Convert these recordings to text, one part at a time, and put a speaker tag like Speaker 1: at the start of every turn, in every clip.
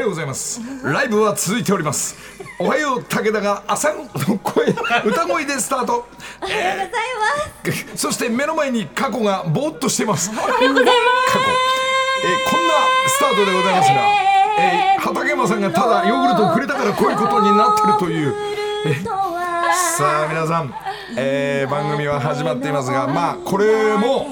Speaker 1: ようございますライブは続いておりますおはよう武田が朝の声歌声でスタート
Speaker 2: おはようございます。
Speaker 1: そして目の前に過去がぼーっとしています。過去、えー、こんなスタートでございますが、えー、畠山さんがただヨーグルトをくれたからこういうことになってるという。さあ皆さん、えー、番組は始まっていますが、まあこれも、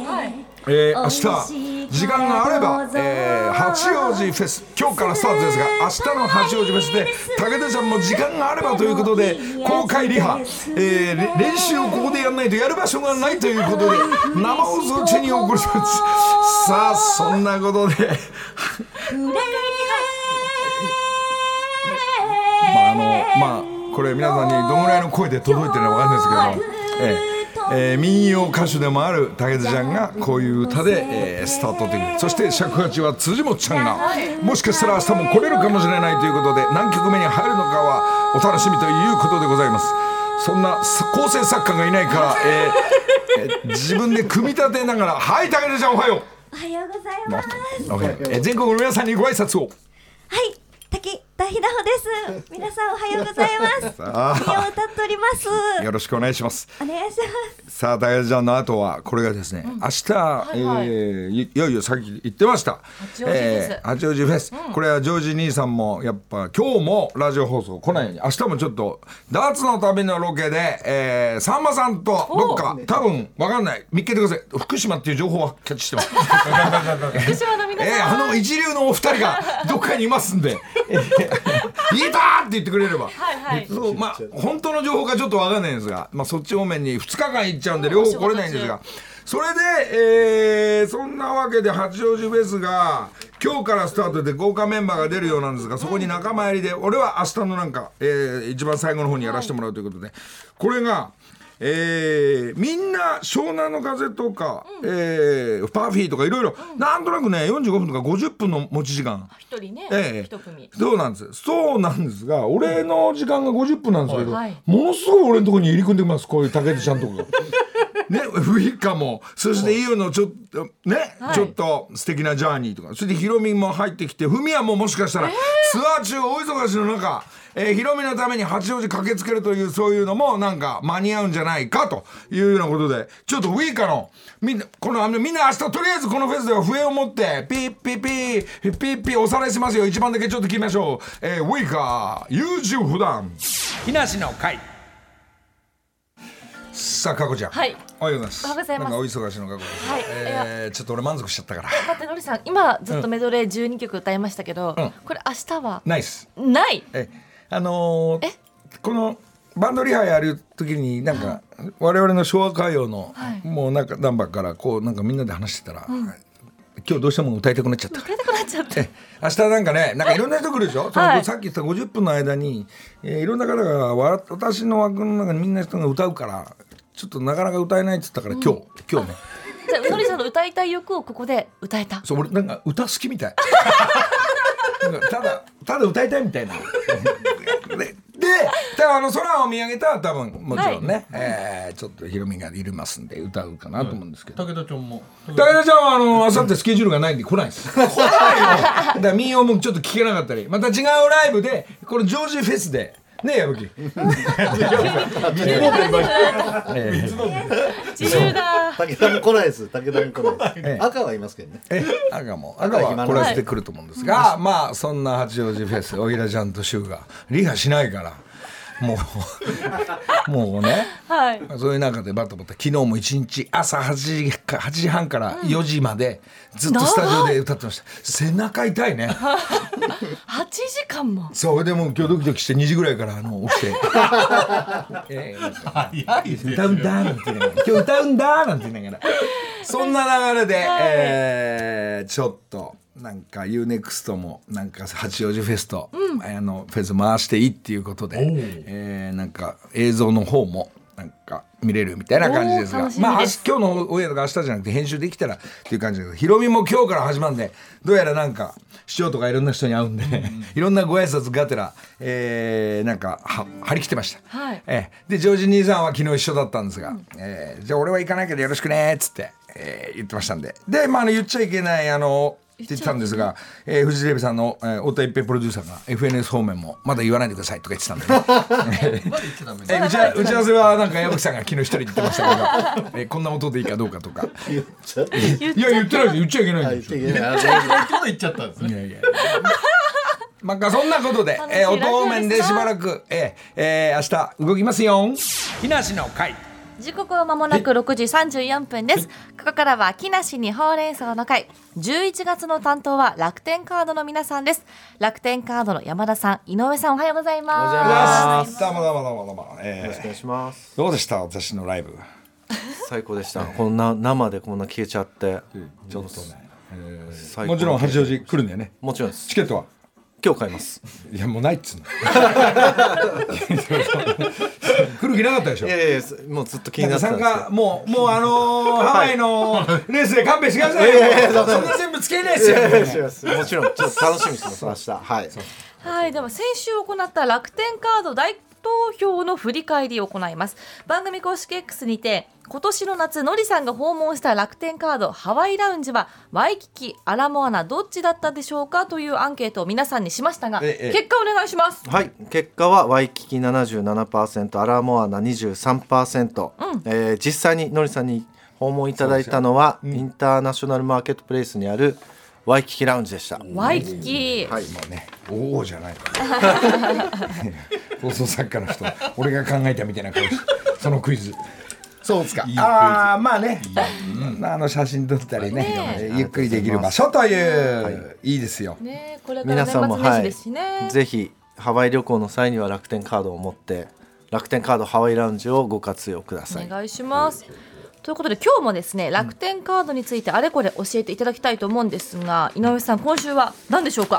Speaker 1: えー、明日時間があれば、えー、八王子フェス今日からスタートですが明日の八王子フェスで武田ちゃんも時間があればということで公開リハ、えーれ練習をここでやらないとやる場所がないということで生放送中にお送りしますさあそんなことでまああのまあこれ皆さんにどのぐらいの声で届いてるのかわかんないですけど、えええー民謡歌手でもある武田ちゃんがこういう歌で、えースタートできるそして尺八は辻元ちゃんがもしかしたら明日も来れるかもしれないということで何曲目に入るのかはお楽しみということでございますそんな構成作家がいな いから、えーえー自分で組み立てながら「はい武田ちゃんおはよう」
Speaker 2: おはようございます。
Speaker 1: おはようえー全国の皆さんにご挨拶を
Speaker 2: はい、滝田ひだほです。皆さんおはようございます。身を歌っております。
Speaker 1: よろしくお願いします
Speaker 2: お願いします。
Speaker 1: さあ大ちゃんの後はこれがですね、明日、
Speaker 3: はい
Speaker 1: えーいいよいよさっき言ってました
Speaker 3: 八王子フェス
Speaker 1: えー八王子フェス、これはジョージ兄さんもやっぱ今日もラジオ放送来ないように明日もちょっとダーツの旅のロケで、えーさんまさんとどっか多分わかんない見っけてください福島っていう情報はキャッチしてます
Speaker 3: 福島の皆
Speaker 1: えー
Speaker 3: さん、
Speaker 1: あの一流のお二人がどっかにいますんで「えー 言えた!」って言ってくれれば。
Speaker 3: はいはい。
Speaker 1: そうまあ本当の情報かちょっとわかんないんですが、まあ、そっち方面に2日間行っちゃうんで両方来れないんですがそれで、えーそんなわけで八王子フェスが今日からスタートで豪華メンバーが出るようなんですがそこに仲間入りで俺は明日のなんか、えー一番最後の方にやらせてもらうということで、これが。えーみんな湘南の風とか、えーパフィーとかいろいろ、なんとなくね45分とか50分の持ち時間、
Speaker 3: 一人ね、一、
Speaker 1: ええ
Speaker 3: 組。
Speaker 1: そうなんですそうなんですが俺の時間が50分なんですけど、
Speaker 3: はい
Speaker 1: ものすごい俺のところに入り組んできますこういう竹内ちゃんとかが。ね、ウイカもそしていいよのちょっとね、
Speaker 3: はい
Speaker 1: ちょっと素敵なジャーニーとかそれでヒロミも入ってきてフミヤももしかしたらツアー中大忙しの中、えーヒロミのために八王子駆けつけるというそういうのもなんか間に合うんじゃないかというようなことでちょっとウイカのみんなこのあのみんな明日とりあえずこのフェスでは笛を持ってピッピッピーピッピッピーおさらいしますよ一番だけちょっと聞きましょう、えーウイカ優柔不断
Speaker 4: 木梨の会
Speaker 1: さあ佳子ちゃん
Speaker 3: はい
Speaker 1: おはようございます
Speaker 3: おはようございま
Speaker 1: な
Speaker 3: す
Speaker 1: んかお忙しいの佳子です
Speaker 3: はい
Speaker 1: えーちょっと俺満足しちゃったから
Speaker 3: だってのりさん、今ずっとメドレー12曲歌いましたけど、これ明日は
Speaker 1: ナイス
Speaker 3: ない。
Speaker 1: えあのー
Speaker 3: え
Speaker 1: このバンドリハやる時になんか我々の昭和歌謡の
Speaker 3: はい
Speaker 1: もうなんかナンバーからこうなんかみんなで話してたら、今日どうしても歌いたくなっちゃった
Speaker 3: 歌いたくなっちゃっ た。
Speaker 1: え明日なんかねなんかいろんな人来るでしょ、そ
Speaker 3: は
Speaker 1: の
Speaker 3: い
Speaker 1: さっき言った50分の間に、えーいろんな方がわ私の枠の中にみんな人が歌うからちょっとなかなか歌えないって言ったから今日、今日ね
Speaker 3: じゃあのりさんの歌いたい曲をここで歌えた。
Speaker 1: そう俺なんか歌好きみたい なんかただただ歌いたいみたいなででただあの空を見上げたら多分もちろんね、えーちょっとヒロミがいるますんで歌うかなと思うんですけど、
Speaker 4: 武田ちゃんも
Speaker 1: 武田ちゃんはあの明後日スケジュールがないんで来ないです。来ないよ。だから民謡もちょっと聞けなかったり、また違うライブでこのジョージフェスで。ねえ矢吹、
Speaker 3: 自由だ。
Speaker 5: 武田も来ないです。武田も来ない
Speaker 1: ええ
Speaker 5: です。赤はいますけどね。
Speaker 1: え赤も赤はこれしてくると思うんですが、まあそんな八王子フェスおいらちゃんと柊がリハしないからもう もうね
Speaker 3: はい。
Speaker 1: そういう中でバタバタ昨日も一日朝8時か8時半から4時までずっとスタジオで歌ってました、背中痛いね
Speaker 3: 八時間も。
Speaker 1: そうでもう今日ドキドキして2時ぐらいからあの起きて「 え
Speaker 4: 早いです
Speaker 1: え歌うんだ」なんて言いながら「今日歌うんだ」なんて言いな がらそんな流れで、えーちょっとなんか UNEXT もなんか八王子フェスト、あのフェス回していいっていうことで、えーなんか映像の方も。なんか見れるみたいな感じですが
Speaker 3: おー楽しみです
Speaker 1: まあ明日今日のオンエアとか明日じゃなくて編集できたらっていう感じだけどヒロミも今日から始まるんでどうやらなんか市長とかいろんな人に会うんで、 いろんなご挨拶がてら、えーなんかは張り切ってました、
Speaker 3: はい
Speaker 1: ええでジョージ兄さんは昨日一緒だったんですが「ええじゃあ俺は行かないけどよろしくね」っつって、ええ言ってましたんでで、まあ、あの言っちゃいけないあのって言ってたんですが、えーフジテレビさんの、えー、太田一平プロデューサーが FNS 方面もまだ言わないでくださいとか言ってたんで、ね、 えー打ち合打ち合わせはなんか矢吹さんが昨日一人で言ってましたけ ど、えーこんな音でいいかどうかとか
Speaker 5: 言っちゃって
Speaker 1: いや言ってないです言っちゃいけないん
Speaker 5: 言っ
Speaker 1: です
Speaker 5: ちゃ
Speaker 1: よ
Speaker 5: い けないあ大丈
Speaker 4: 言っちゃったんですね
Speaker 1: いやいや。まあそんなことで、えー、
Speaker 3: 楽しいラジオでした
Speaker 1: 音面でしばらく、えーえー明日動きますよ。
Speaker 4: 木梨の会
Speaker 3: 時刻は間もなく6時34分ですここからは木梨にほうれん草の会11月の担当は楽天カードの皆さんです楽天カードの山田さん井上さんおはようござい
Speaker 5: おはようござい
Speaker 3: ま
Speaker 5: ますす
Speaker 1: あーどうもどうもどうもどうも、
Speaker 5: 夫よろしく
Speaker 1: え
Speaker 5: お願いします
Speaker 1: ー、どうでした私のライブ。
Speaker 6: 最高でした。こんな生でこんな消えちゃって、ちょっと最高
Speaker 1: もちろん八王子来るんだよね。
Speaker 6: もちろんです。
Speaker 1: チケットは
Speaker 6: 今日買います。
Speaker 1: いやもうないっつうの。来る気なかったでしょ
Speaker 6: い。やいやいやもうずっと気になってたん
Speaker 1: 参
Speaker 6: ですけ
Speaker 1: 加もうもうあのー、ハワイのレースで勘弁してくださいよ。そんな全部つけれないですよ。
Speaker 6: ど。もちろんちょっと楽しみにしてます。
Speaker 5: 明日はい
Speaker 3: はいでは先週行った楽天カード大投票の振り返りを行います番組公式 X にて今年の夏のりさんが訪問した楽天カードハワイラウンジはワイキキアラモアナどっちだったでしょうかというアンケートを皆さんにしましたが
Speaker 1: ええ
Speaker 3: 結果お願いします
Speaker 6: はい、結果はワイキキ77%アラモアナ23%、えー実際にのりさんに訪問いただいたのは、インターナショナルマーケットプレイスにあるワイキキラウンジでした。
Speaker 3: ワイキキ、
Speaker 6: はい、
Speaker 1: ね、おおじゃないから。放送作家の人、俺が考えたみたいな顔して、そのクイズ。
Speaker 5: そうですか
Speaker 1: ああ、まあね、うんあの写真撮ったりね、
Speaker 3: ね
Speaker 1: えーゆっくりできる場所という、い、いですよ。
Speaker 3: ねこれから
Speaker 6: 皆
Speaker 3: 年
Speaker 6: さんも
Speaker 3: 末年
Speaker 6: は
Speaker 3: 始
Speaker 6: い
Speaker 3: ですしね。
Speaker 6: ぜひハワイ旅行の際には楽天カードを持って楽天カードハワイラウンジをご活用ください
Speaker 3: お願いします。ということで今日もですね楽天カードについてあれこれ教えていただきたいと思うんですが井上さん今週は何でしょうか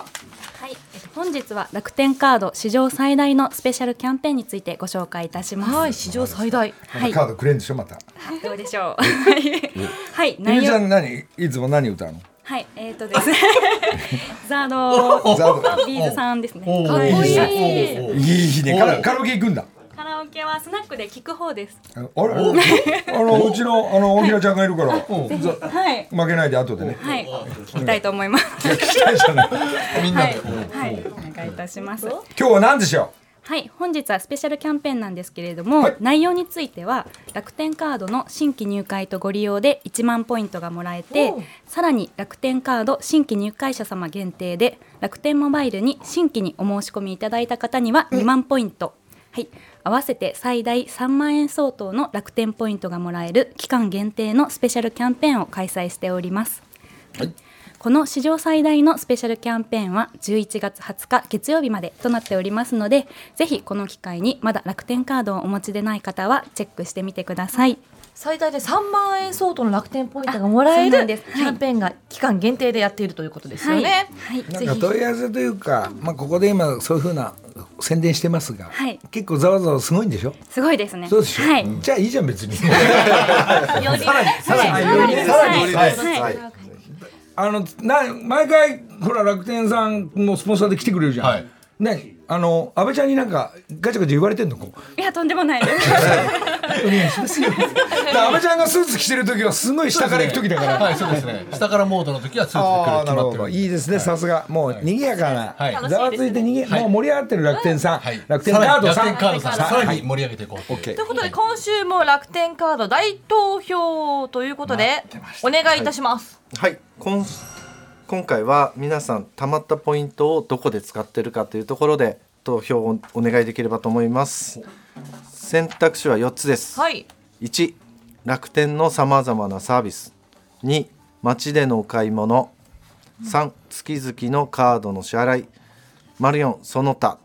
Speaker 7: はい、本日は楽天カード史上最大のスペシャルキャンペーンについてご紹介いたします。
Speaker 3: はい史上最大
Speaker 7: はい、
Speaker 1: カードくれんでしょまた。
Speaker 7: どうでしょう。はい、
Speaker 1: ゆう
Speaker 7: 内
Speaker 1: ちゃん
Speaker 7: 容。
Speaker 1: 何いつも何歌うの？
Speaker 7: はい、えっ、ー、とですね。ザード
Speaker 1: ザード
Speaker 7: ビーズさんですね。
Speaker 3: かっこいい
Speaker 1: いいね。カラカラオケ行くんだ。
Speaker 7: カラオケはスナックで聞く方です。
Speaker 1: あれあれあのうちのあの大平ちゃんがいるから、ざ
Speaker 7: はい。
Speaker 1: 負けないで後でね。
Speaker 7: はい、聞きたいと思います。
Speaker 1: 聞きたいじゃない。みんな
Speaker 7: は
Speaker 1: で
Speaker 7: い、。はい、お願いいたします。
Speaker 1: 今日は何でしょ
Speaker 7: はい、本日はスペシャルキャンペーンなんですけれども、
Speaker 1: はい
Speaker 7: 内容については楽天カードの新規入会とご利用で1万ポイントがもらえてさらに楽天カード新規入会者様限定で楽天モバイルに新規にお申し込みいただいた方には2万ポイント、はい、合わせて最大3万円相当の楽天ポイントがもらえる期間限定のスペシャルキャンペーンを開催しております。この史上最大のスペシャルキャンペーンは11月20日月曜日までとなっておりますのでぜひこの機会にまだ楽天カードをお持ちでない方はチェックしてみてください
Speaker 3: 最大で3万円相当の楽天ポイントがもらえ
Speaker 7: あそうな
Speaker 3: る
Speaker 7: ん
Speaker 3: キ
Speaker 7: ですはい
Speaker 3: ャンペーンが期間限定でやっているということですよね。
Speaker 7: はい、
Speaker 1: う。な
Speaker 7: は
Speaker 1: ん
Speaker 7: い、
Speaker 1: か
Speaker 7: ぜひ
Speaker 1: 問い合わせというか、まあここで今そういう風な宣伝してますが、
Speaker 7: はい
Speaker 1: 結構ざわざわすごいんでしょ？
Speaker 7: すごいですね
Speaker 1: そうでしょ、
Speaker 7: はい、
Speaker 1: じゃあいいじゃん別に
Speaker 3: よりね
Speaker 1: さらに
Speaker 7: はい
Speaker 1: さらに
Speaker 7: はいはい
Speaker 5: はい
Speaker 1: あのな毎回ほら楽天さんのスポンサーで来てくれるじゃん、
Speaker 4: はい
Speaker 1: ねあの安倍ちゃんになんかガチャガチャ言われてんのこ う
Speaker 7: いやとんでもないです
Speaker 1: だから安倍ちゃんがスーツ着てる時はすごい下から行く時だから、
Speaker 4: はいそうですね下からモードの時はス
Speaker 1: ああ
Speaker 4: ーツ
Speaker 1: な
Speaker 4: で来る
Speaker 1: るほ
Speaker 4: 決まっ
Speaker 1: ど
Speaker 4: てる
Speaker 1: いいですねさすがもう賑やか
Speaker 4: はい
Speaker 1: な
Speaker 4: 楽
Speaker 1: ざわついてにぎもう盛り上がってる楽天さん
Speaker 4: はい
Speaker 1: 楽天カード
Speaker 4: さ
Speaker 1: さ
Speaker 4: ら
Speaker 1: ん
Speaker 4: に楽天カードさん
Speaker 1: さ
Speaker 4: さら
Speaker 1: はい
Speaker 4: に盛り上げていこう
Speaker 1: OK
Speaker 3: ということで今週も楽天カード大投票ということでお願いいたします。
Speaker 6: はい今今回は皆さんたまったポイントをどこで使ってるかというところで投票をお願いできればと思います選択肢は4つです、
Speaker 3: はい。
Speaker 6: 1楽天のさまざまなサービス2街でのお買い物3月々のカードの支払い丸4その他、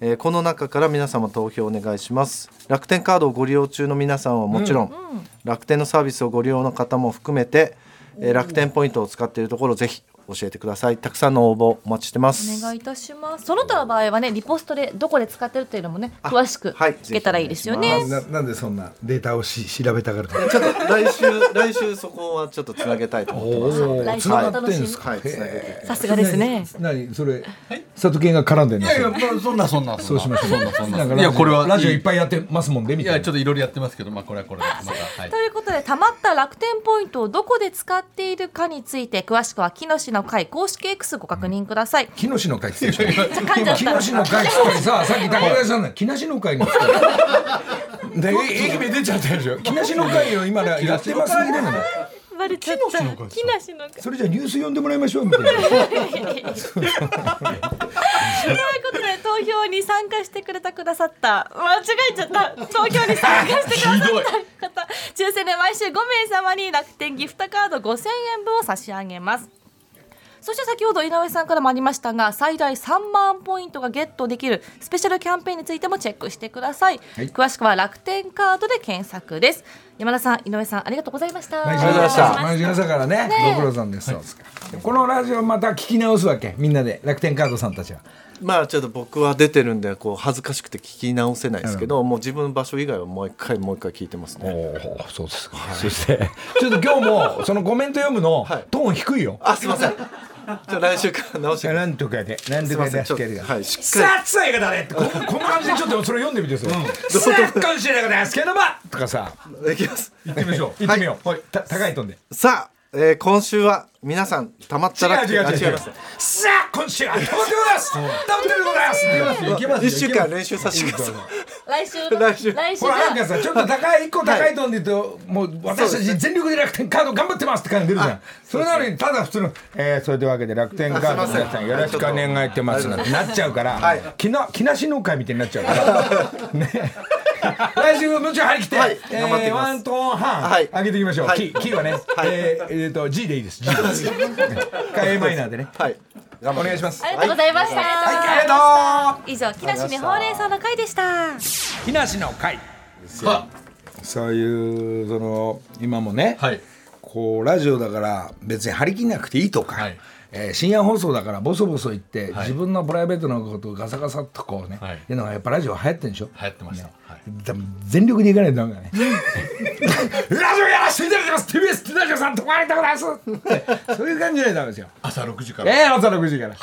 Speaker 6: えーこの中から皆様投票お願いします楽天カードをご利用中の皆さんはもちろん、楽天のサービスをご利用の方も含めて、えー楽天ポイントを使っているところをぜひ教えてくださいたくさんの応募お待ちしてます
Speaker 3: お願いいたします。その他の場合はね、リポストでどこで使ってるっていうのもね、詳しく
Speaker 6: はい
Speaker 3: 聞けたらいいですよね。
Speaker 1: ななんでそんなデータをし調べたがるの
Speaker 6: ちょっと来週来週そこはちょっとつなげたいと思ってます
Speaker 1: お
Speaker 3: 来
Speaker 1: ー
Speaker 3: 週
Speaker 1: つ
Speaker 3: も
Speaker 1: ながっ
Speaker 3: 楽
Speaker 1: て
Speaker 3: し
Speaker 1: ん
Speaker 3: み
Speaker 1: ですか
Speaker 6: はいつなげて
Speaker 3: さすがですね。
Speaker 1: 何それ佐藤健が絡んでるの
Speaker 4: いやいやまあそんなそんなそ
Speaker 1: そうしましょう
Speaker 4: そんなそん
Speaker 1: なんか
Speaker 4: な
Speaker 1: ラジオ
Speaker 4: いやこれはい
Speaker 1: ラジオいっぱいやってますもんねみ
Speaker 4: い
Speaker 1: たいな
Speaker 4: やちょっといろいろやってますけどまあこれはこれでまたはい
Speaker 3: ということで、たまった楽天ポイントをどこで使っているかについて、詳しくは木梨市の会公式 X ご確認ください。
Speaker 1: 木梨の会って言って
Speaker 3: じゃあ、噛んじゃ
Speaker 1: 木
Speaker 3: った。
Speaker 1: 梨の会っつったらささっき高橋さんが木梨の会に来てで愛媛出ちゃったでしょ木梨の会を今やってますんでなの
Speaker 3: バレちゃった。木梨の会。
Speaker 1: それじゃあニュース読んでもらいましょうみたいな
Speaker 3: ということで投票に参加してくれたくださった間違えちゃった投票に参加してくださった方抽選で毎週5名様に楽天ギフトカード5000円分を差し上げますそして先ほど井上さんからもありましたが最大3万ポイントがゲットできるスペシャルキャンペーンについてもチェックしてください、詳しくは楽天カードで検索です山田さん井上さんありがとうございました
Speaker 1: 毎
Speaker 6: がとうございました
Speaker 1: 毎週朝からね、ご苦労さんです。そうですかこのラジオまた聞き直すわけ、みんなで楽天カードさんたちは。
Speaker 6: まあちょっと僕は出てるんでこう恥ずかしくて聞き直せないですけど、もう自分の場所以外はもう一回もう一回聞いてますね。
Speaker 1: おお、そうですか。そして、 ちょっと今日もそのコメント読むの
Speaker 6: はい
Speaker 1: トーン低いよ。
Speaker 6: あすいません。じゃあ来週から直してくださ
Speaker 1: な
Speaker 6: い
Speaker 1: んとかで、なんとかで
Speaker 6: ち
Speaker 1: し
Speaker 6: ょっと
Speaker 1: てる
Speaker 6: はいしっかり
Speaker 1: さあ、つやがだねって、ここんな感じでちょっとそれ読んでみてさ。さあ、今週のですけどもとかさ、
Speaker 6: いきます。
Speaker 1: 行ってみましょ う。行ってみよう。た高いトーンで。
Speaker 6: さあ、えー今週は皆さんたまったら
Speaker 1: 違う違う
Speaker 6: あ
Speaker 1: 違う違
Speaker 6: いうます。
Speaker 1: さあ、今週は、頑張ってます頑張ってますいけますよ
Speaker 6: 一週間練習させてください。
Speaker 3: 来週の
Speaker 6: 来週
Speaker 3: 来週
Speaker 1: ほらなんかさちょっと高い一個高いトーンで言うと、もう私たち全力で楽天カード頑張ってますって感じ出るじゃんそれなのにただ普通の、えー、それでわけで楽天カードの皆さんよろしくお願いってますなんてなっちゃうから、
Speaker 6: はい
Speaker 1: きな木梨農会みたいになっちゃうからね来週もうちょい張り切って、
Speaker 6: はい
Speaker 1: えー
Speaker 6: 頑張っていきます
Speaker 1: ワントーン半、
Speaker 6: はい
Speaker 1: 上げていきましょう、
Speaker 6: はい
Speaker 1: キーキーはね、えーえーと G でいいです G でいいです A マイナーでね
Speaker 6: はい。
Speaker 1: お願いします
Speaker 3: ありがとうございました、
Speaker 1: ありがと
Speaker 3: 以上木梨にほうれん草の会でした
Speaker 4: 木梨の会
Speaker 1: うそういうその今もね、
Speaker 4: はい
Speaker 1: こうラジオだから別に張り切んなくていいとか、
Speaker 4: はい
Speaker 1: えー深夜放送だからボソボソ言って、自分のプライベートのことをガサガサっとこうね、
Speaker 4: はいいう
Speaker 1: のがやっぱラジオ流行ってんでしょ、
Speaker 4: 流行ってました。はい
Speaker 1: 多分全力でいかないとダメだね ラジオやらせていただきます TBS ラジオさんとこありがとうございますってそういう感じじゃダメですよ
Speaker 4: 朝6時から。
Speaker 1: ええ朝6時から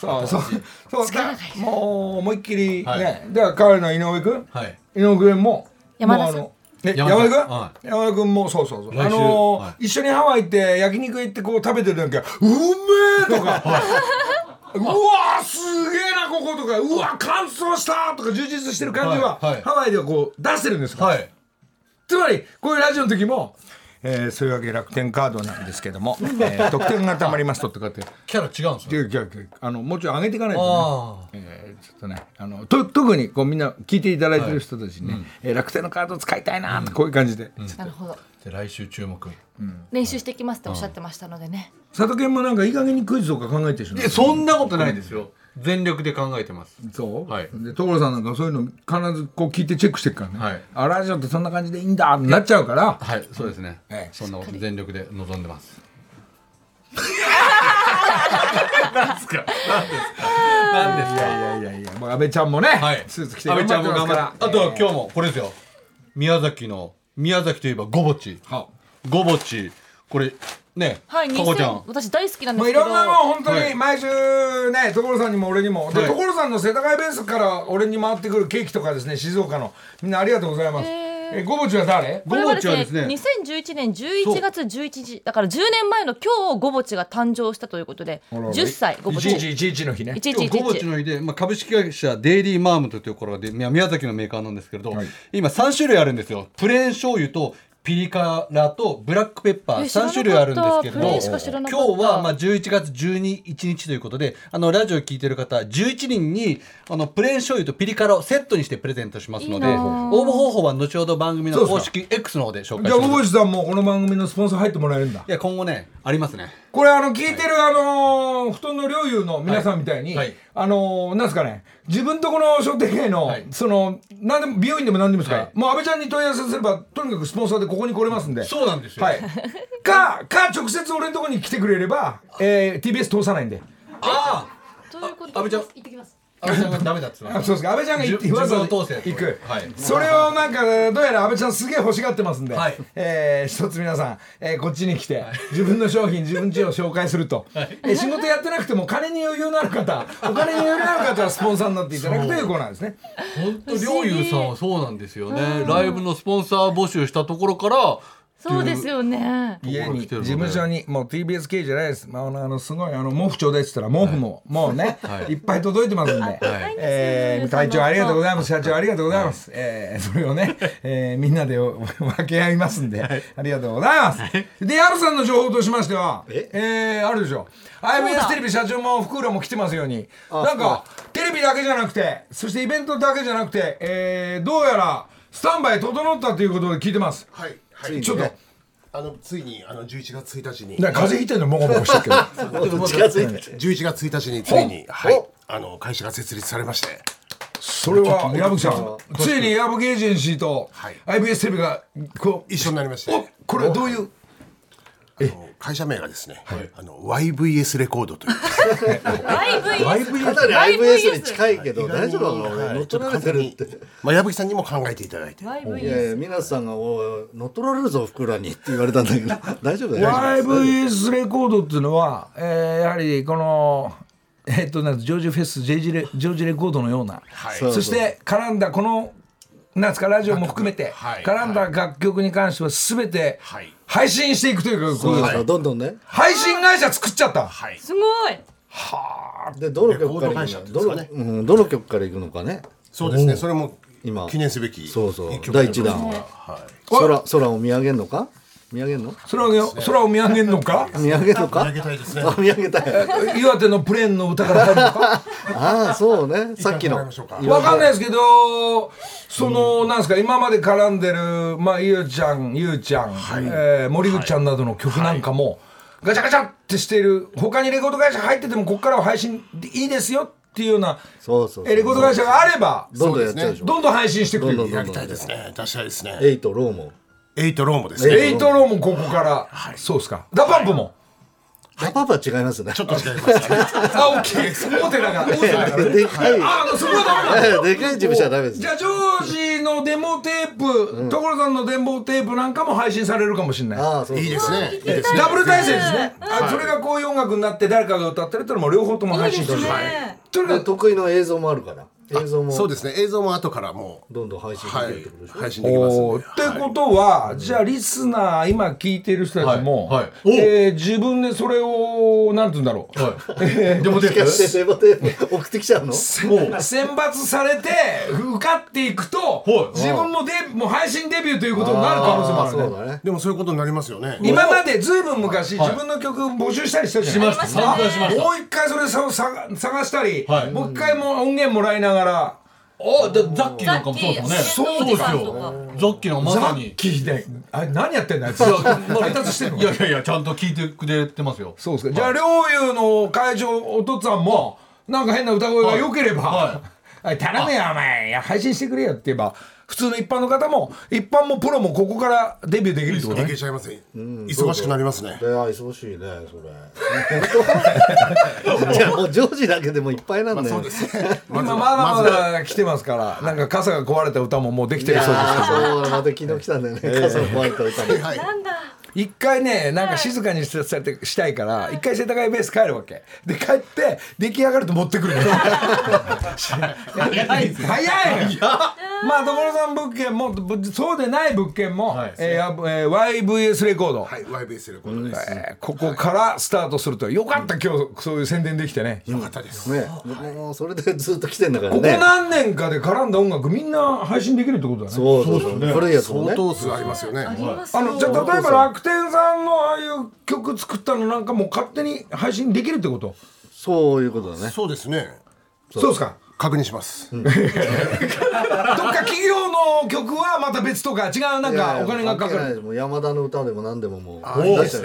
Speaker 1: そうそうそうだもう思いっきりね、では代わりの井上君、
Speaker 4: はい。
Speaker 1: 井上君も
Speaker 3: 山田さん
Speaker 1: もうあのえ
Speaker 4: 山
Speaker 1: 山
Speaker 4: 田
Speaker 1: 田君
Speaker 4: さん
Speaker 1: 山田君もそうそうそう
Speaker 4: 来週
Speaker 1: あのー
Speaker 4: は
Speaker 1: 一緒にハワイ行って焼肉行ってこう食べてるなんか「うめえ!」とか「うわーすげえなここ」とか「うわ乾燥した!」とか充実してる感じは
Speaker 4: はいはい
Speaker 1: ハワイではこう出してるんですよ
Speaker 4: はい。
Speaker 1: つまりこういうラジオの時も「えーそういうわけ楽天カードなんですけども、えー得点がたまりますと」とかって
Speaker 4: キャラ違うんです
Speaker 1: い
Speaker 4: よ。
Speaker 1: やいやいやあのもうちょい上げていかないとね。
Speaker 4: あ
Speaker 1: えーちょっとねあのと特にこうみんな聞いていただいてる人たちにね、えー楽天のカード使いたいなーってこういう感じで、
Speaker 3: なるほど
Speaker 4: あ。で来週注目。
Speaker 3: 練習してきますっておっしゃってましたのでね、
Speaker 1: 佐藤健もなんかいい加減にクイズとか考えてるしね
Speaker 8: えそんなことないですよ全力で考えてます
Speaker 1: そう、
Speaker 8: はい
Speaker 1: で所さんなんかそういうの必ずこう聞いてチェックしてるからね、
Speaker 8: はい
Speaker 1: あラジオってそんな感じでいいんだってなっちゃうから
Speaker 8: はいそうですね
Speaker 1: ええ
Speaker 8: そんなこと全力で望ん でます
Speaker 1: いやいやいやいやもう安倍ちゃんもね、
Speaker 8: はい
Speaker 1: スーツ着て
Speaker 8: 阿部ちゃんも
Speaker 1: 頑張
Speaker 8: 頑
Speaker 1: ってますか
Speaker 8: 張ってあとは今日もこれですよ宮崎の宮崎といえばごぼち
Speaker 1: らは
Speaker 8: ごぼちこれねか
Speaker 3: はい、
Speaker 8: こちゃん
Speaker 3: 2000私大好きなんで
Speaker 1: も
Speaker 3: す
Speaker 1: うい
Speaker 3: けど
Speaker 1: ろんなもう本当
Speaker 8: は
Speaker 1: に
Speaker 8: い
Speaker 1: 毎週ね所さんにも俺にも、で
Speaker 8: はい
Speaker 1: 所さんの世田谷ベースから俺に回ってくるケーキとかですね静岡のみんなありがとうございます、えごぼちは誰
Speaker 3: これはで
Speaker 8: ごぼちはですすね
Speaker 3: ね、2011年11月11日、だから10年前の今日、ごぼちが誕生したということで、10歳、ごぼち。
Speaker 1: 1111の日ね
Speaker 8: ごぼ
Speaker 3: 1111。
Speaker 8: ちの日で、まあ、株式会社デイリーマームというところで宮宮崎のメーカーなんですけれど、
Speaker 1: はい
Speaker 8: 今3種類あるんですよプレーン醤油とピリ辛とブラックペッパー
Speaker 3: え知らなかった
Speaker 8: 3種類あるんですけれ
Speaker 3: プレー
Speaker 8: ど
Speaker 3: ンしか知らなかった
Speaker 8: 今日はまあ11月12日ということであのラジオ聞いてる方11人にあのプレーン醤油とピリ辛をセットにしてプレゼントしますので
Speaker 3: いいなあ
Speaker 8: 応募方法は後ほど番組
Speaker 1: そう
Speaker 8: の
Speaker 1: ですか
Speaker 8: 公式 X の方で紹
Speaker 1: じ
Speaker 8: 介
Speaker 1: ゃあ
Speaker 8: し
Speaker 1: 小
Speaker 8: ます。
Speaker 1: 渕さんもこの番組のスポンサー入ってもらえるんだ
Speaker 8: いや今後ねありますね。
Speaker 1: これあの聞いてる、あのー布団の領有の皆さんみたいに、
Speaker 8: はいはい
Speaker 1: あのーなんですかね自分とこの商店街の、
Speaker 8: はい
Speaker 1: その何でも美容院でも何でもいいですから、
Speaker 8: はい
Speaker 1: もう安倍ちゃんに問い合わせすればとにかくスポンサーでここに来れますんで
Speaker 8: そうなんです よ。
Speaker 1: はい、かか直接俺のとこに来てくれれば、えー、TBS 通さないんで
Speaker 8: あ
Speaker 3: ということで
Speaker 8: あ、安倍ちゃん。行ってきます。安倍ちゃんがダメだって言って
Speaker 1: あ
Speaker 8: ま
Speaker 1: そ
Speaker 8: す。
Speaker 1: うですか安倍ちゃんが行って
Speaker 8: じゅ
Speaker 1: わざわざ
Speaker 8: 自分を通せ
Speaker 1: 行く、
Speaker 8: はい
Speaker 1: それをなんかどうやら安倍ちゃんすげえ欲しがってますんで、
Speaker 8: はい
Speaker 1: えー一つ皆さん、えーこっちに来て、自分の商品自分家を紹介す ると、えー仕事やってなくても金に余裕のある方お金に余裕のある方はスポンサーになっていただくというコーナーですね
Speaker 8: 本当、りょうゆうさんはそうなんですよね。ライブのスポンサー募集したところから。
Speaker 3: そうですよね。
Speaker 1: 家に
Speaker 8: ところが来てるの
Speaker 1: 事
Speaker 8: で
Speaker 1: 務所にもう TBS 系じゃないです、まあ、あのあのすごいあの毛布ちょうだいって言ったら毛布も、もうね、い、っぱい届いてますんで、えー会長ありがとうございます社長ありがとうございます、えーそれをね、えーみんなでお 分け合いますんで、ありがとうございます、でアルさんの情報としましてはえーあるでしょ IBS テレビ社長も福浦も来てますようになんかテレビだけじゃなくてそしてイベントだけじゃなくて、えーどうやらスタンバイ整ったということで聞いてます
Speaker 2: はい、はい、
Speaker 1: ちょっと
Speaker 2: あのついにあの11月1日に
Speaker 1: なんか風邪ひいてんのもごもごしてるけど
Speaker 2: 近づいて11月1日についにはいあの会社が設立されまして
Speaker 1: それは矢吹さんついに矢吹エージェンシーと
Speaker 2: はい
Speaker 1: IBS テレビがこう
Speaker 2: 一緒になりまして
Speaker 1: おこれはどういう
Speaker 2: あの会社名がですね、あの YVS レコードという
Speaker 5: かなり IBS に近いけど大丈夫なの
Speaker 2: はい
Speaker 5: 乗っ取られてるって
Speaker 2: まあ矢吹さんにも考えていただいて
Speaker 5: いやいや皆さんがおい乗っ取られるぞふくらにって言われたんだけど大丈夫だよ
Speaker 1: YVS レコードっていうのは、えーやはりこのえっとなんかジョージフェスジェージレジョージレコードのような、
Speaker 5: そう
Speaker 1: そして絡んだこのなんですかラジオも含めて、
Speaker 2: はい
Speaker 1: 絡んだ楽曲に関しては全て
Speaker 2: はい
Speaker 1: 配信していくというか、こういう
Speaker 5: そうそうどんどんね
Speaker 1: 配信会社作っちゃった、
Speaker 2: はい
Speaker 3: すごい。
Speaker 5: でどの曲か
Speaker 2: レコー
Speaker 5: ら
Speaker 2: ド会社
Speaker 5: 行
Speaker 2: っ
Speaker 5: く
Speaker 2: て
Speaker 5: の
Speaker 2: いうんですか
Speaker 5: どの
Speaker 2: ね
Speaker 5: うんどの曲から行くのかね
Speaker 2: そうですねそれも
Speaker 5: 今
Speaker 2: 記念すべき
Speaker 5: そうそう
Speaker 2: 曲
Speaker 5: 第一弾は
Speaker 1: お
Speaker 5: 空空を見上げるのか見上げるの
Speaker 1: それを空を見上げるのか
Speaker 5: 見上げるの
Speaker 2: あ
Speaker 5: か
Speaker 2: げたいですね
Speaker 5: あ見上げたい
Speaker 1: 岩手のプレーンの歌から入るのか
Speaker 5: ああそうねさっきの
Speaker 2: いかがでしょうか
Speaker 1: わかんないですけど、その、なんですか、今まで絡んでる、まあ、ゆうちゃん、ゆうちゃん、えー森口ちゃんなどの曲なんかも、ガチャガチャってしている、他にレコード会社入ってても、ここからは配信でいいですよっていうような、
Speaker 5: そうそうそ
Speaker 1: え
Speaker 5: う
Speaker 1: ーレコード会社があれば、
Speaker 5: どんどんやっちゃうでしょ
Speaker 1: どんどん配信していくと
Speaker 5: どん
Speaker 1: い
Speaker 5: ど
Speaker 1: う。
Speaker 2: やりたいですね出したいですね
Speaker 5: エイトローも
Speaker 2: エイトローもですね
Speaker 1: エイトローもここから、そうですか。ダパンプも。
Speaker 5: パパは違いますね
Speaker 2: ちょっと違いますね
Speaker 1: あ、オッケー。大手だから、大手だから。
Speaker 5: でかい
Speaker 1: あ、そこはダメだ。
Speaker 5: でかい事務所はダメです
Speaker 1: じゃあジョージのデモテープ、所さんのデモテープなんかも配信されるかもしれない。
Speaker 5: ああそうそう
Speaker 2: いいですねいいですね
Speaker 1: ダブル体制ですね。あ、それがこういう音楽になって誰かが歌ってるってのも両方とも配信する。
Speaker 3: ね。
Speaker 1: とにか
Speaker 5: で
Speaker 1: く
Speaker 5: 得意の映像もあるから映像も
Speaker 2: そうですね映像も後からもう
Speaker 5: どんどん配信でき
Speaker 2: は
Speaker 5: るっ
Speaker 2: い
Speaker 5: てことでしょ、
Speaker 2: 配信できます
Speaker 1: お
Speaker 2: ん
Speaker 1: ー
Speaker 2: で
Speaker 1: ってことは、じゃあリスナー今聞いてる人たちも、
Speaker 8: はい
Speaker 1: えー自分でそれをなんて言うんだろう、え
Speaker 8: でもです
Speaker 5: しかしてレバテープ送ってきちゃうの
Speaker 1: ー選抜されて受かっていくと、
Speaker 8: はい
Speaker 1: 自分もデもう配信デビューということになる可能性もあるね
Speaker 5: そうだね
Speaker 2: でもそういうことになりますよね
Speaker 1: 今までずいぶん昔、自分の曲募集したりしてるじゃない
Speaker 8: しましたねしました
Speaker 1: もう一回それさ探探したり、
Speaker 8: はい
Speaker 1: もう一回も音源もらいながら、
Speaker 8: あでザッキーなんかもそうですもんね
Speaker 3: ザッキー
Speaker 8: そうです
Speaker 3: そう
Speaker 8: よザッキーのま
Speaker 1: ザ
Speaker 8: さ
Speaker 1: ッ
Speaker 8: に
Speaker 1: キーで、あれ何やってんだ あいつ。
Speaker 8: いやまあ
Speaker 1: 配達してんの
Speaker 8: いやいやいやちゃんと聞いてくれてますよ
Speaker 1: そうですか。じゃあ、両友の会長、お父さんも、なんか変な歌声が良ければ、
Speaker 8: は
Speaker 1: はい頼むよ、 お前、いや配信してくれよって言えば、普通の一般の方も、一般もプロもここからデビューできるってこと
Speaker 2: い
Speaker 1: ね
Speaker 2: け。ちゃいますね忙しくなりますね
Speaker 5: いや忙しいね それじゃあもうジョージだけでもいっぱいなんだよ、
Speaker 1: 今、まだまだ来てますから、なんか傘が壊れた歌ももうできてるそうです。
Speaker 5: あそうだまた昨日来たんだよね傘壊れた歌も、
Speaker 2: はい
Speaker 1: 一回ねなんか静かにしてされてしたいから一回世田谷ベース帰るわけで帰って出来上がると持ってくるの 早い早いまあ所さん物件もぶそうでない物件も、
Speaker 8: はい
Speaker 1: えーやぶえー YVS レコード、
Speaker 2: はい YBS レコードです
Speaker 1: えーここからスタートするとよかった今日そういう宣伝できてね
Speaker 2: よかったです
Speaker 5: ねもうそれでずっと来てんだから
Speaker 1: ここ
Speaker 5: ね
Speaker 1: 何年かで絡んだ音楽みんな配信できるってことだね
Speaker 5: そうそうそう古いやつもね
Speaker 2: 相当数ありますよね
Speaker 1: あのじゃあ例えば楽天さんのああいう曲作ったのなんかもう勝手に配信できるってこと
Speaker 5: そういうことだね
Speaker 2: そうですね
Speaker 1: そうですか
Speaker 2: 確認します
Speaker 1: どっか企業の曲はまた別とか違うなんかお金がか
Speaker 5: 関係な
Speaker 1: か
Speaker 5: いで
Speaker 1: る。
Speaker 5: すもう山田の歌でも何でももう
Speaker 2: あいい
Speaker 5: 出
Speaker 2: で
Speaker 5: し
Speaker 2: す
Speaker 5: ちゃう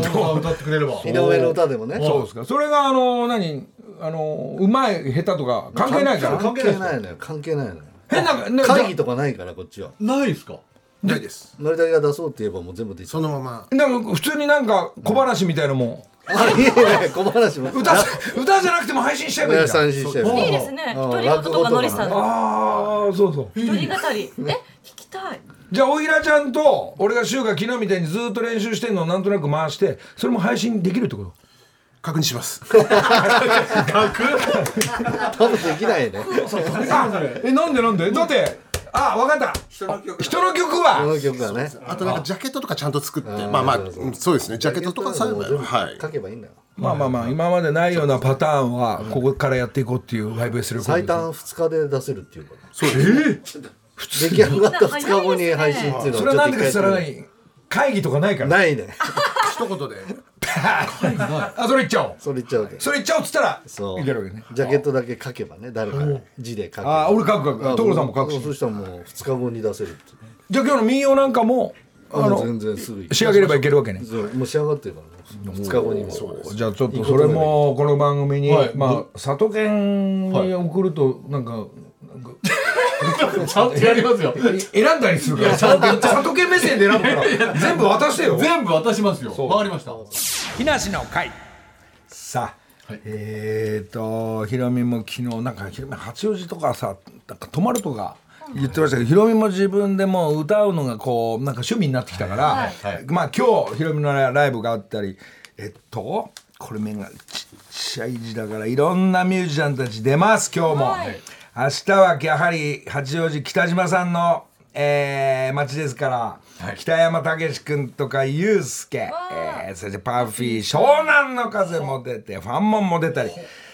Speaker 2: ね
Speaker 8: どう歌ってくれれば
Speaker 5: 井上の歌でもね
Speaker 1: そうですか。それがあの何あのうまい下手とか関係ないから。
Speaker 5: 関係ないのよ関係ないのよ
Speaker 1: 変なね
Speaker 5: 会議とかないからこっちは
Speaker 8: ないですか
Speaker 2: ないです
Speaker 5: 成田が出そうって言えばもう全部できちゃ
Speaker 2: そうのまま
Speaker 1: なんか普通になんか小話みたいのも
Speaker 5: あいえいえ小話も
Speaker 1: 歌歌じゃなくても配信しちゃえばいいんだ。
Speaker 5: 三振してる
Speaker 3: いいですね。
Speaker 5: うん
Speaker 3: 独り言とかのりさん。
Speaker 1: ああそうそう。
Speaker 3: 独り語り。え、聞きたい。
Speaker 1: じゃあおいらちゃんと俺が週が昨日みたいにずっと練習してんのをなんとなく回してそれも配信できるってこと。
Speaker 2: 確認し ます
Speaker 5: 多分できないね
Speaker 1: あえなんでなんでだってあ、わかった。人の曲。は。
Speaker 6: この曲がね
Speaker 5: あとなんかジャケットとかちゃんと作って、まあまあ、うんそうですね、ジャケットとかさえば、はい。
Speaker 6: 書けばいいんだよ
Speaker 1: まあまあまあ、今までないようなパターンは、ここからやっていこうっていうライブすること
Speaker 6: 最
Speaker 1: に。
Speaker 6: 短2日で出せるっていうから
Speaker 1: そうです。
Speaker 6: 出来上がった2日後に配信っていうの
Speaker 1: それはな
Speaker 6: ちょっ
Speaker 1: ん
Speaker 6: と
Speaker 1: でか
Speaker 6: 一
Speaker 1: 知ら
Speaker 6: 回
Speaker 1: な
Speaker 6: やって
Speaker 1: い。会議とかないか
Speaker 6: みる
Speaker 1: ら。
Speaker 6: ないね
Speaker 5: 一言で。
Speaker 1: あ、それ言っちゃおう。
Speaker 6: それ言っちゃうわけ
Speaker 1: それ言っちゃおうっつったら、
Speaker 6: そう
Speaker 1: いけるわけね。
Speaker 6: ジャケットだけ書けばね誰かね字で書けば
Speaker 1: あ、俺書く書く。
Speaker 6: あ
Speaker 1: 所さんも書く
Speaker 6: そ
Speaker 1: し。
Speaker 6: したらもう2日後に出せるっていう
Speaker 1: じゃあ今日の民謡なんかも、あ
Speaker 6: あもう
Speaker 1: の
Speaker 6: 全、然すぐ行く
Speaker 1: 仕上げればいけるわけね。
Speaker 6: そうもう仕上がってるからね2日後にも
Speaker 1: じゃあちょっとそれもこの番組に、
Speaker 8: はい
Speaker 1: まあ里犬に送るとなんか、
Speaker 8: ちゃんとやります よ。
Speaker 1: 選んだりするから里犬目線で選ぶから全部渡してよ
Speaker 8: 全部渡しますよ。わかりました。
Speaker 4: 木梨の会
Speaker 1: さあ、えっ、とヒロミも昨日なんかヒロミ八王子とかさなんか泊まるとか言ってましたけど、ヒロミも自分でもう歌うのがこうなんか趣味になってきたから、まあ今日ヒロミのライブがあったりえっとこれ目がちっちゃい字だからいろんなミュージシャンたち出ます今日も、明日はやはり八王子北島さんの、えー、街ですから、北山武志君とかユースケ、えー、そしてパーフィー湘南の風も出てファンモンも出たり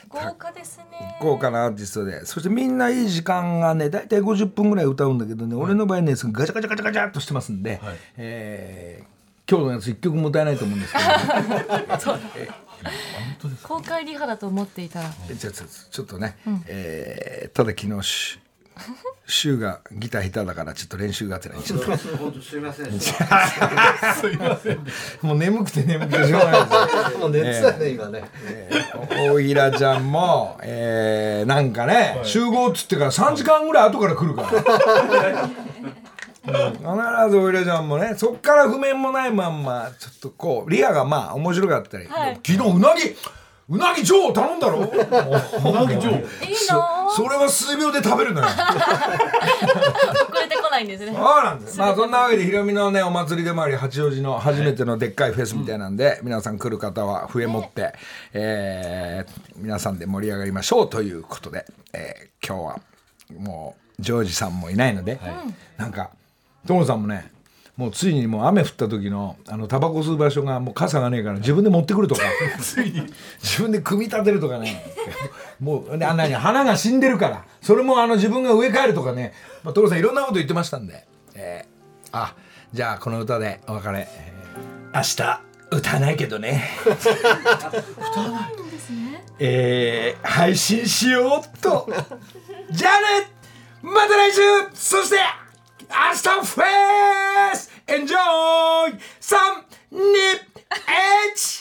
Speaker 3: 豪華ですね。
Speaker 1: 豪華なアーティストでそしてみんないい時間がね大体50分ぐらい歌うんだけどね、俺の場合ねそのガチャガチャガチャガチャっとしてますんで、えー今日のやつ一曲も歌えないと思うんですけど、
Speaker 3: 公開リハだと思っていたら。
Speaker 1: ちょちょちょっとね、えーただ昨日し柊がギター下手だからちょっと練習がてらちょっと本 当すいませんすいませんもう眠くて眠くてしょうがないです
Speaker 6: もう寝てた よね今ね
Speaker 1: 大平ちゃんも、えー、なんかね、集合っつってから3時間ぐらい後から来るから。うん必ず大平ちゃんもねそっから譜面もないまんまちょっとこうリハがまあ面白かったり、
Speaker 3: はい
Speaker 1: 昨日うなぎうなぎ上頼んだろ うなぎ上
Speaker 3: いいの
Speaker 1: それは数秒で食べるのよ
Speaker 3: 遅れてこないんですね。
Speaker 1: そうなんです。まあそんなわけでひろみのねお祭りでもあり八王子の初めてのでっかいフェスみたいなんで、皆さん来る方は笛持って、えー皆さんで盛り上がりましょうということで、えー今日はもうジョージさんもいないので、なんか所さんもね。もうついにもう雨降った時のあのタバコ吸う場所がもう傘がねえから自分で持ってくるとか自分で組み立てるとかねもうねあんなに花が死んでるからそれもあの自分が植え替えるとかね、まあ、所さんいろんなこと言ってましたんで、えーあじゃあこの歌でお別れ、えー明日歌わないけどね歌わない えー配信しようっとじゃあねまた来週そして明日フェスエンジョイ !3、2、1!